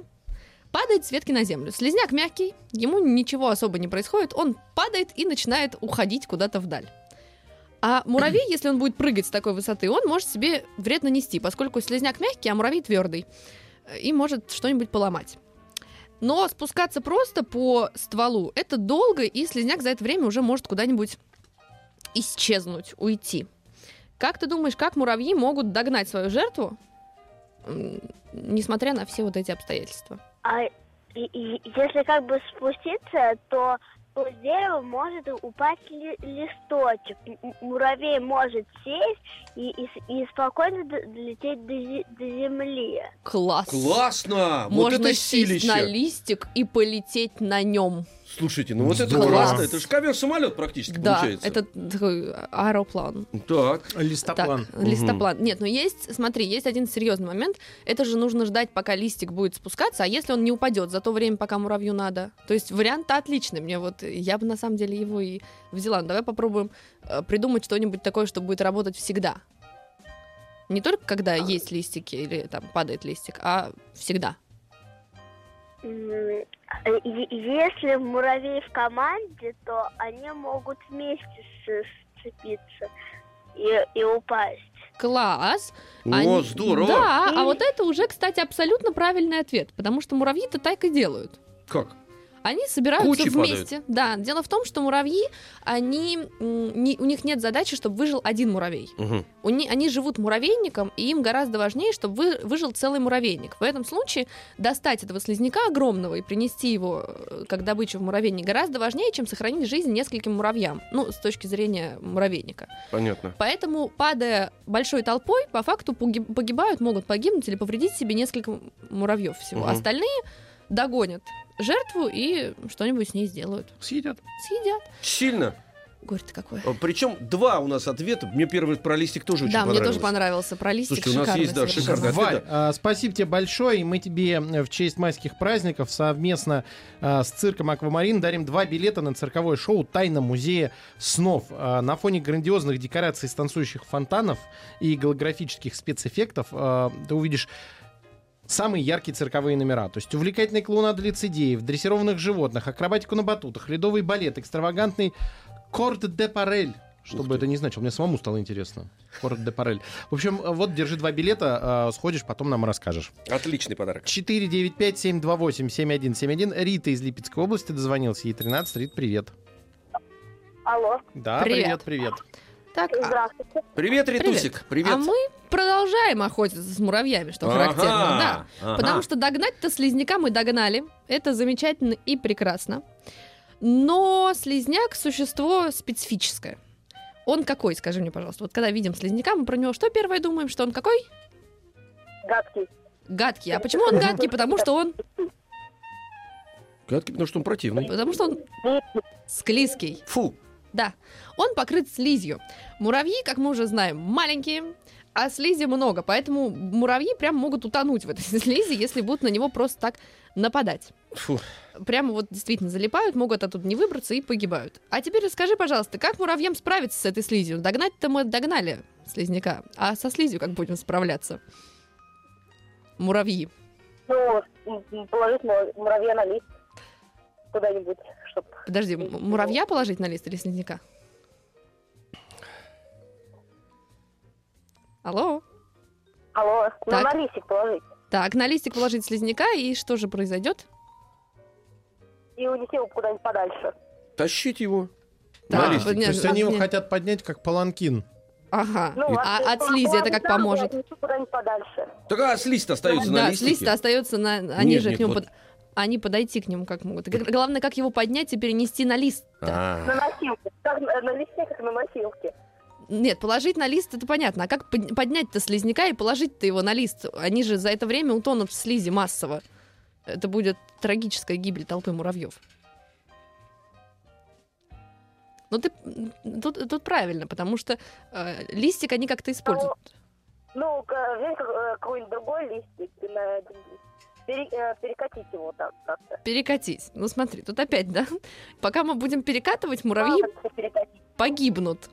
Speaker 4: падает с ветки на землю. Слизняк мягкий, ему ничего особо не происходит. Он падает и начинает уходить куда-то вдаль. А муравей, если он будет прыгать с такой высоты, он может себе вред нанести, поскольку слизняк мягкий, а муравей твердый. э, И может что-нибудь поломать. Но спускаться просто по стволу это долго, и слизняк за это время уже может куда-нибудь исчезнуть, уйти. Как ты думаешь, как муравьи могут догнать свою жертву, м, несмотря на все вот эти обстоятельства?
Speaker 6: А и- и- если как бы спуститься, то то с дерева может упасть ли- листочек. М- м- Муравей может сесть и, и с- и спокойно д- долететь до, зе- до земли.
Speaker 4: Класс!
Speaker 3: Классно! вот
Speaker 4: Можно
Speaker 3: это
Speaker 4: сесть
Speaker 3: силище!
Speaker 4: на листик и полететь на нем.
Speaker 3: Слушайте, ну вот это
Speaker 2: Здорово.
Speaker 3: классно. Это же ковер-самолет практически
Speaker 4: Да,
Speaker 3: получается.
Speaker 4: это такой аэроплан.
Speaker 3: Так.
Speaker 2: Листоплан.
Speaker 4: Так, листоплан. Нет, ну есть, смотри, есть один серьезный момент. Это же нужно ждать, пока листик будет спускаться, а если он не упадет за то время, пока муравью надо. То есть вариант-то отличный. Мне вот я бы на самом деле его и взяла. Но давай попробуем э, придумать что-нибудь такое, что будет работать всегда. Не только
Speaker 3: А.
Speaker 4: когда есть листики или там падает листик, а всегда.
Speaker 6: М, э, е- Если муравей в команде, то они могут вместе с- сцепиться и, и упасть.
Speaker 4: Класс!
Speaker 3: О,
Speaker 4: Они-
Speaker 3: здорово.
Speaker 4: Да, а вот это уже, кстати, абсолютно правильный ответ, потому что муравьи-то так и делают.
Speaker 3: Как?
Speaker 4: Они собираются
Speaker 3: Кучи
Speaker 4: вместе. Да, дело в том, что муравьи, они, м, не- у них нет задачи, чтобы выжил один муравей.
Speaker 3: Мгм.
Speaker 4: У ни- они живут муравейником, и им гораздо важнее, чтобы вы- выжил целый муравейник. В этом случае достать этого слизняка огромного и принести его э, как добычу в муравейник гораздо важнее, чем сохранить жизнь нескольким муравьям, ну, с точки зрения муравейника.
Speaker 3: Понятно.
Speaker 4: Поэтому, падая большой толпой, по факту погиб- погибают, могут погибнуть или повредить себе несколько муравьев всего.
Speaker 3: Мгм.
Speaker 4: Остальные догонят жертву и что-нибудь с ней сделают.
Speaker 2: Съедят.
Speaker 4: Съедят.
Speaker 3: Сильно.
Speaker 4: Горе-то какое.
Speaker 3: Причем два у нас ответа. Мне первый про листик тоже очень
Speaker 4: да, мне тоже
Speaker 3: понравился.
Speaker 4: понравился про листик.
Speaker 3: Слушайте, у нас
Speaker 4: шикарный
Speaker 3: есть, да,
Speaker 4: совершенно.
Speaker 3: шикарный ответ.
Speaker 2: Валь, а, спасибо тебе большое, и мы тебе э, в честь майских праздников совместно а, с цирком «Аквамарин» дарим два билета на цирковое шоу «Тайна музея снов». А, На фоне грандиозных декораций с танцующих фонтанов и голографических спецэффектов а, ты увидишь Самые яркие цирковые номера. То есть увлекательный клоунад лицедеев, дрессированных животных, акробатику на батутах, ледовый балет, экстравагантный корт де парель. Что
Speaker 3: Ух
Speaker 2: бы
Speaker 3: ты.
Speaker 2: это ни значило, мне самому стало интересно. Корт де парель. В общем, э, вот, держи два билета, э, сходишь, потом нам расскажешь.
Speaker 3: Отличный подарок.
Speaker 2: 495-728-7171. Рита из Липецкой области дозвонился. Ей 13. Рит, привет.
Speaker 6: Алло,
Speaker 2: Да,
Speaker 4: Привет.
Speaker 2: привет.
Speaker 4: Так, а-
Speaker 6: здравствуйте.
Speaker 3: Привет, Ритусик. Привет.
Speaker 4: А мы продолжаем охотиться с муравьями, что характерно, да. Потому что догнать-то слизняка мы догнали. Это замечательно и прекрасно. Но слизняк существо специфическое. Он какой, скажи мне, пожалуйста? Вот когда видим слизняка, мы про него что первое думаем? Что он какой?
Speaker 6: Гадкий.
Speaker 4: Гадкий. А почему он гадкий? Потому что он...
Speaker 3: Гадкий, потому что он противный.
Speaker 4: Потому что он склизкий.
Speaker 3: Фу.
Speaker 4: Да, он покрыт слизью. Муравьи, как мы уже знаем, маленькие, а слизи много, поэтому муравьи прям могут утонуть в этой слизи, если будут на него просто так нападать.
Speaker 3: Фу.
Speaker 4: Прямо вот действительно залипают, могут оттуда не выбраться и погибают. А теперь расскажи, пожалуйста, как муравьям справиться с этой слизью? Догнать-то мы догнали слизняка, а со слизью как будем справляться? Муравьи.
Speaker 5: Ну, положить муравья на лист куда-нибудь, чтобы...
Speaker 4: Подожди, м- муравья положить на лист или слизняка? Алло?
Speaker 5: Алло,
Speaker 4: ну, Так. на
Speaker 5: листик положить.
Speaker 4: Так, на листик положить слизняка, и что же произойдет?
Speaker 5: И унести его куда-нибудь подальше.
Speaker 3: Тащите его.
Speaker 4: Да,
Speaker 3: На листик.
Speaker 4: вот не-
Speaker 2: То есть они его
Speaker 4: не-
Speaker 2: хотят поднять, как паланкин.
Speaker 4: Ага.
Speaker 5: а
Speaker 4: от слизи это как поможет?
Speaker 5: Куда-нибудь подальше.
Speaker 3: Так а слизь-то остается на
Speaker 4: Да,
Speaker 3: листике.
Speaker 4: слизь остается на... Они
Speaker 3: Нет,
Speaker 4: же
Speaker 3: нет,
Speaker 4: к нему...
Speaker 3: вот-
Speaker 4: под- Они подойти к нему как могут. Г- Главное, как его поднять и перенести на лист.
Speaker 5: На
Speaker 3: А,
Speaker 5: носилке. Как на на листе, как на носилке.
Speaker 4: Нет, положить на лист это понятно. А как под- поднять-то слизняка и положить-то его на лист? Они же за это время утонут в слизи массово. Это будет трагическая гибель толпы муравьев. Ну ты м, тут, тут правильно, потому что э, листик они как-то используют.
Speaker 5: Ну, к- взять как- э, какой-нибудь другой листик и на- пере- э, перекатить его так как-то.
Speaker 4: Перекатись. Ну смотри, тут опять, да? Пока мы будем перекатывать, муравьи
Speaker 5: Как-то перекатить.
Speaker 4: погибнут.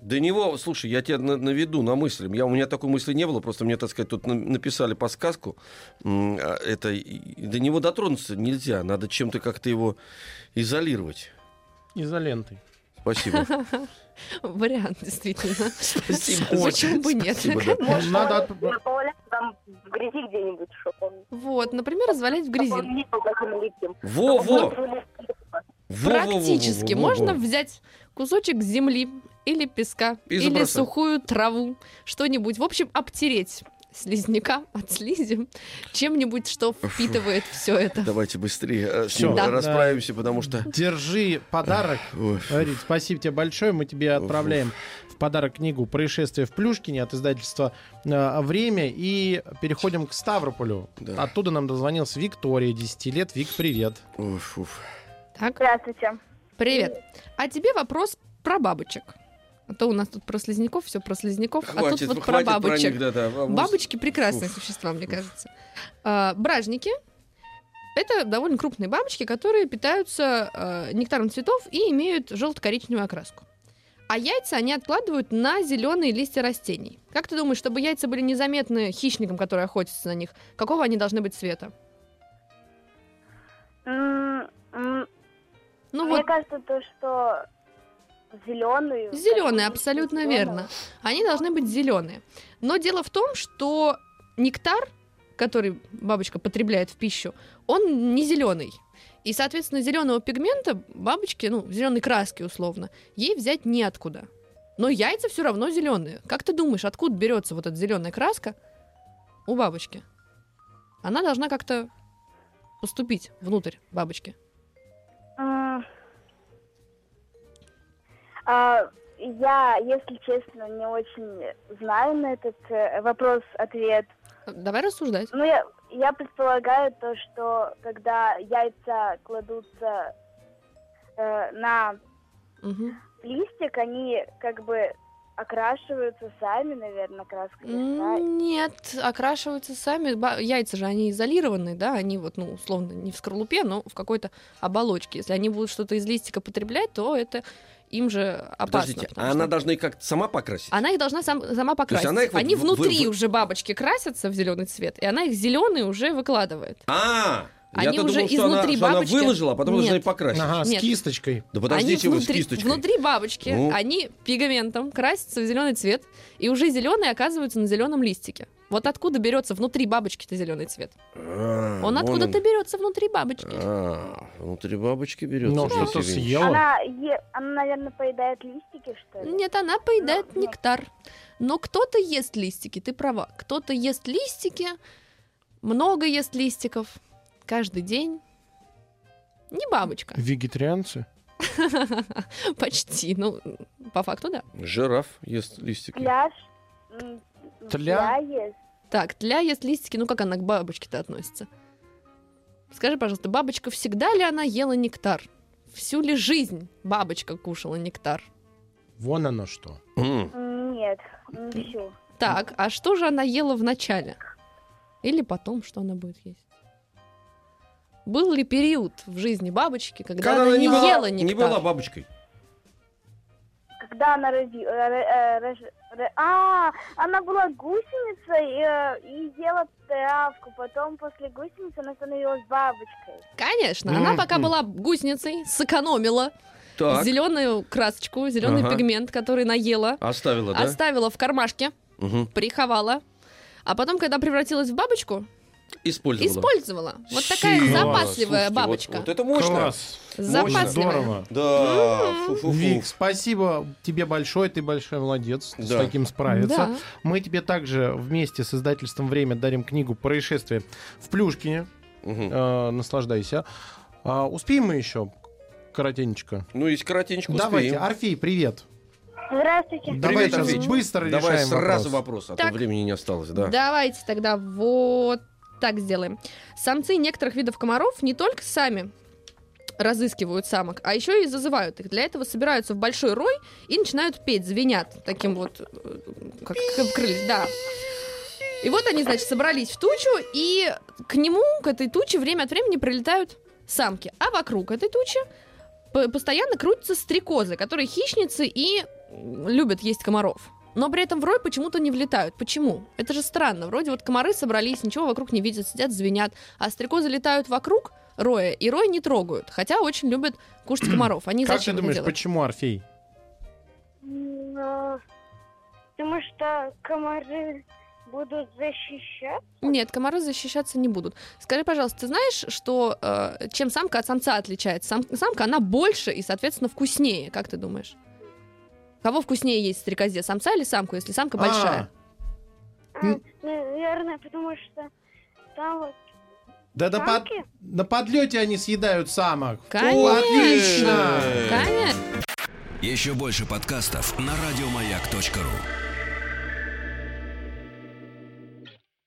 Speaker 3: до него, слушай, я тебя на- наведу на мысль. Я, у меня такой мысли не было, просто мне, так сказать, тут на- написали подсказку. М, а, Это, и- до него дотронуться нельзя, надо чем-то как-то его изолировать.
Speaker 2: Изолентой.
Speaker 3: Спасибо.
Speaker 4: Вариант, действительно.
Speaker 3: Спасибо.
Speaker 4: Почему бы нет?
Speaker 3: Спасибо, да.
Speaker 5: Может,
Speaker 2: Надо
Speaker 5: надо
Speaker 2: отп-
Speaker 5: поваляться там в грязи где-нибудь, чтобы он...
Speaker 4: Вот, например, развалять в
Speaker 5: Чтобы
Speaker 4: грязи.
Speaker 5: он не был таким липким.
Speaker 3: Во-во! Во-во-во-во-во-во.
Speaker 4: Практически можно взять кусочек земли или песка,
Speaker 3: И
Speaker 4: или
Speaker 3: забросать.
Speaker 4: сухую траву, что-нибудь. В общем, обтереть слизняка от слизи чем-нибудь, что впитывает все это.
Speaker 3: Давайте быстрее э, с
Speaker 2: Всё.
Speaker 3: ним
Speaker 4: Да.
Speaker 3: расправимся, потому что...
Speaker 2: Держи подарок.
Speaker 3: Ой.
Speaker 2: Э, Рит, спасибо тебе большое. Мы тебе отправляем в подарок книгу «Происшествие в Плюшкине» от издательства э, «Время». И переходим к Ставрополю.
Speaker 3: Да.
Speaker 2: Оттуда нам дозвонился Виктория, 10 лет. Вик, привет.
Speaker 3: Уф, уф.
Speaker 4: Так,
Speaker 7: Здравствуйте.
Speaker 4: привет. А тебе вопрос про бабочек. А то у нас тут про слизняков, все про слизняков, а тут
Speaker 3: Хватит,
Speaker 4: вот про
Speaker 3: хватит про
Speaker 4: бабочек.
Speaker 3: них, да-да. А вот
Speaker 4: Бабочки прекрасные существа, мне кажется. А, бражники это довольно крупные бабочки, которые питаются э, нектаром цветов и имеют желто-коричневую окраску. А яйца они откладывают на зеленые листья растений. Как ты думаешь, чтобы яйца были незаметны хищникам, которые охотятся на них, какого они должны быть цвета?
Speaker 5: М, м,
Speaker 4: Ну
Speaker 5: Мне
Speaker 4: вот,
Speaker 5: кажется, то, что зеленый.
Speaker 4: зеленые, абсолютно верно. Они должны быть зеленые. Но дело в том, что нектар, который бабочка потребляет в пищу, он не зеленый. И, соответственно, зеленого пигмента бабочке, ну, зеленой краски условно, ей взять неоткуда. Но яйца все равно зеленые. Как ты думаешь, откуда берется вот эта зеленая краска у бабочки? Она должна как-то поступить внутрь бабочки.
Speaker 5: М. А, Я, если честно, не очень знаю на этот э, вопрос ответ.
Speaker 4: Давай рассуждать.
Speaker 5: Ну, я, я предполагаю то, что когда яйца кладутся э, на
Speaker 4: Мгм.
Speaker 5: листик, они как бы окрашиваются сами, наверное, краской листа.
Speaker 4: М, Нет, окрашиваются сами. Ба- Яйца же, они изолированы, да, они вот, ну, условно, не в скорлупе, но в какой-то оболочке. Если они будут что-то из листика потреблять, то это им же опасно.
Speaker 3: Подождите,
Speaker 4: потому
Speaker 3: а
Speaker 4: что- А
Speaker 3: она должна их как-то сама покрасить?
Speaker 4: Она их должна сам- сама покрасить.
Speaker 3: она их вот
Speaker 4: Они
Speaker 3: в-
Speaker 4: внутри
Speaker 3: вы- вы-
Speaker 4: уже бабочки красятся в зеленый цвет, и она их зеленый уже выкладывает.
Speaker 3: А,
Speaker 4: Они
Speaker 3: я-то думал,
Speaker 4: уже
Speaker 3: что она-
Speaker 4: изнутри
Speaker 3: что она,
Speaker 4: бабочки-
Speaker 3: выложила, а потом должна и
Speaker 4: Нет.
Speaker 3: покрасить.
Speaker 2: Ага, с
Speaker 4: Нет.
Speaker 2: кисточкой.
Speaker 3: Да подождите
Speaker 4: они
Speaker 3: вы с
Speaker 4: внутри,
Speaker 3: кисточкой.
Speaker 4: внутри бабочки,
Speaker 3: Ну.
Speaker 4: они пигментом красятся в зеленый цвет, и уже зеленые оказываются на зеленом листике. Вот откуда берется внутри бабочки-то зеленый цвет?
Speaker 3: А,
Speaker 4: Он
Speaker 3: вон
Speaker 4: откуда-то берется внутри бабочки.
Speaker 3: А, внутри бабочки берется.
Speaker 2: Ну,
Speaker 3: Алексей
Speaker 2: что-то
Speaker 3: Евгеньевич.
Speaker 2: съела.
Speaker 5: Она, е- она, наверное, поедает листики, что ли?
Speaker 4: Нет, она поедает
Speaker 5: Ну, ну.
Speaker 4: нектар. Но кто-то ест листики, ты права. Кто-то ест листики, много ест листиков, каждый день. Не бабочка.
Speaker 2: Вегетарианцы?
Speaker 4: Почти. Ну, по факту, да.
Speaker 3: Жираф ест листики.
Speaker 5: Пляж. м,
Speaker 2: Тля?
Speaker 5: тля есть.
Speaker 4: Так, тля ест листики, ну как она к бабочке-то относится? Скажи, пожалуйста, бабочка всегда ли она ела нектар? Всю ли жизнь бабочка кушала нектар?
Speaker 2: Вон оно что.
Speaker 3: М,
Speaker 5: М, Нет, не всю.
Speaker 4: Так, а что же она ела в начале? Или потом, что она будет есть? Был ли период в жизни бабочки, когда, она, не,
Speaker 3: была-
Speaker 4: ела нектар?
Speaker 3: не была бабочкой.
Speaker 5: Когда она роди... э, э, рож- ро- А, она была гусеницей э, и ела травку. Потом после гусеницы она становилась бабочкой.
Speaker 4: Конечно, она
Speaker 3: М,
Speaker 4: пока
Speaker 3: м.
Speaker 4: была гусеницей, сэкономила
Speaker 3: Так,
Speaker 4: зеленую красочку, зеленый
Speaker 3: Ага.
Speaker 4: пигмент, который наела,
Speaker 3: оставила, да?
Speaker 4: оставила в кармашке,
Speaker 3: Мгм.
Speaker 4: приховала. А потом, когда превратилась в бабочку,
Speaker 3: Использовала.
Speaker 4: использовала. Вот такая
Speaker 2: Класс.
Speaker 4: запасливая
Speaker 3: Слушайте, вот-
Speaker 4: бабочка.
Speaker 3: Вот, это мощно.
Speaker 2: Класс.
Speaker 4: запасливая.
Speaker 2: Здорово.
Speaker 3: Да, фу-фу-фу.
Speaker 2: Вик, спасибо тебе большое, ты большой молодец, с
Speaker 3: Да.
Speaker 2: таким справиться.
Speaker 4: Да.
Speaker 2: Мы тебе также вместе с издательством «Время» дарим книгу «Происшествие в Плюшкине».
Speaker 3: Мгм.
Speaker 2: Э, наслаждайся. А, успеем мы еще коротенечко?
Speaker 3: Ну, есть коротенечко
Speaker 2: Давайте, а,
Speaker 3: успеем.
Speaker 2: Орфей, привет.
Speaker 5: Здравствуйте.
Speaker 2: Давай
Speaker 3: Привет,
Speaker 2: сейчас
Speaker 3: Орфеич.
Speaker 2: быстро
Speaker 3: Давай
Speaker 2: решаем
Speaker 3: сразу
Speaker 2: вопрос.
Speaker 3: вопрос, а
Speaker 4: Так.
Speaker 3: то времени не осталось, да.
Speaker 4: Давайте тогда вот так сделаем. Самцы некоторых видов комаров не только сами разыскивают самок, а еще и зазывают их. Для этого собираются в большой рой и начинают петь, звенят таким вот, э, как, как крылья, да. И вот они, значит, собрались в тучу, и к нему, к этой туче, время от времени прилетают самки. А вокруг этой тучи п- постоянно крутятся стрекозы, которые хищницы и м, любят есть комаров. Но при этом в рой почему-то не влетают. Почему? Это же странно. Вроде вот комары собрались, ничего вокруг не видят, сидят, звенят. А стрекозы летают вокруг роя, и рой не трогают. Хотя очень любят кушать комаров. Они
Speaker 2: Как ты
Speaker 4: зачем это
Speaker 2: думаешь,
Speaker 4: делают?
Speaker 2: почему, Орфей?
Speaker 5: а, Потому что комары будут защищать.
Speaker 4: Нет, комары защищаться не будут. Скажи, пожалуйста, ты знаешь, что э, чем самка от самца отличается? Сам- самка, она больше и, соответственно, вкуснее. Как ты думаешь? Кого вкуснее есть в стрекозе, самца или самку, если
Speaker 2: А,
Speaker 4: самка большая?
Speaker 5: А, Наверное, потому что там вот
Speaker 2: Да на, под- на подлете они съедают самок. Фу,
Speaker 4: Конечно.
Speaker 2: отлично!
Speaker 4: Конечно.
Speaker 1: Еще больше подкастов на радиомаяк.ру.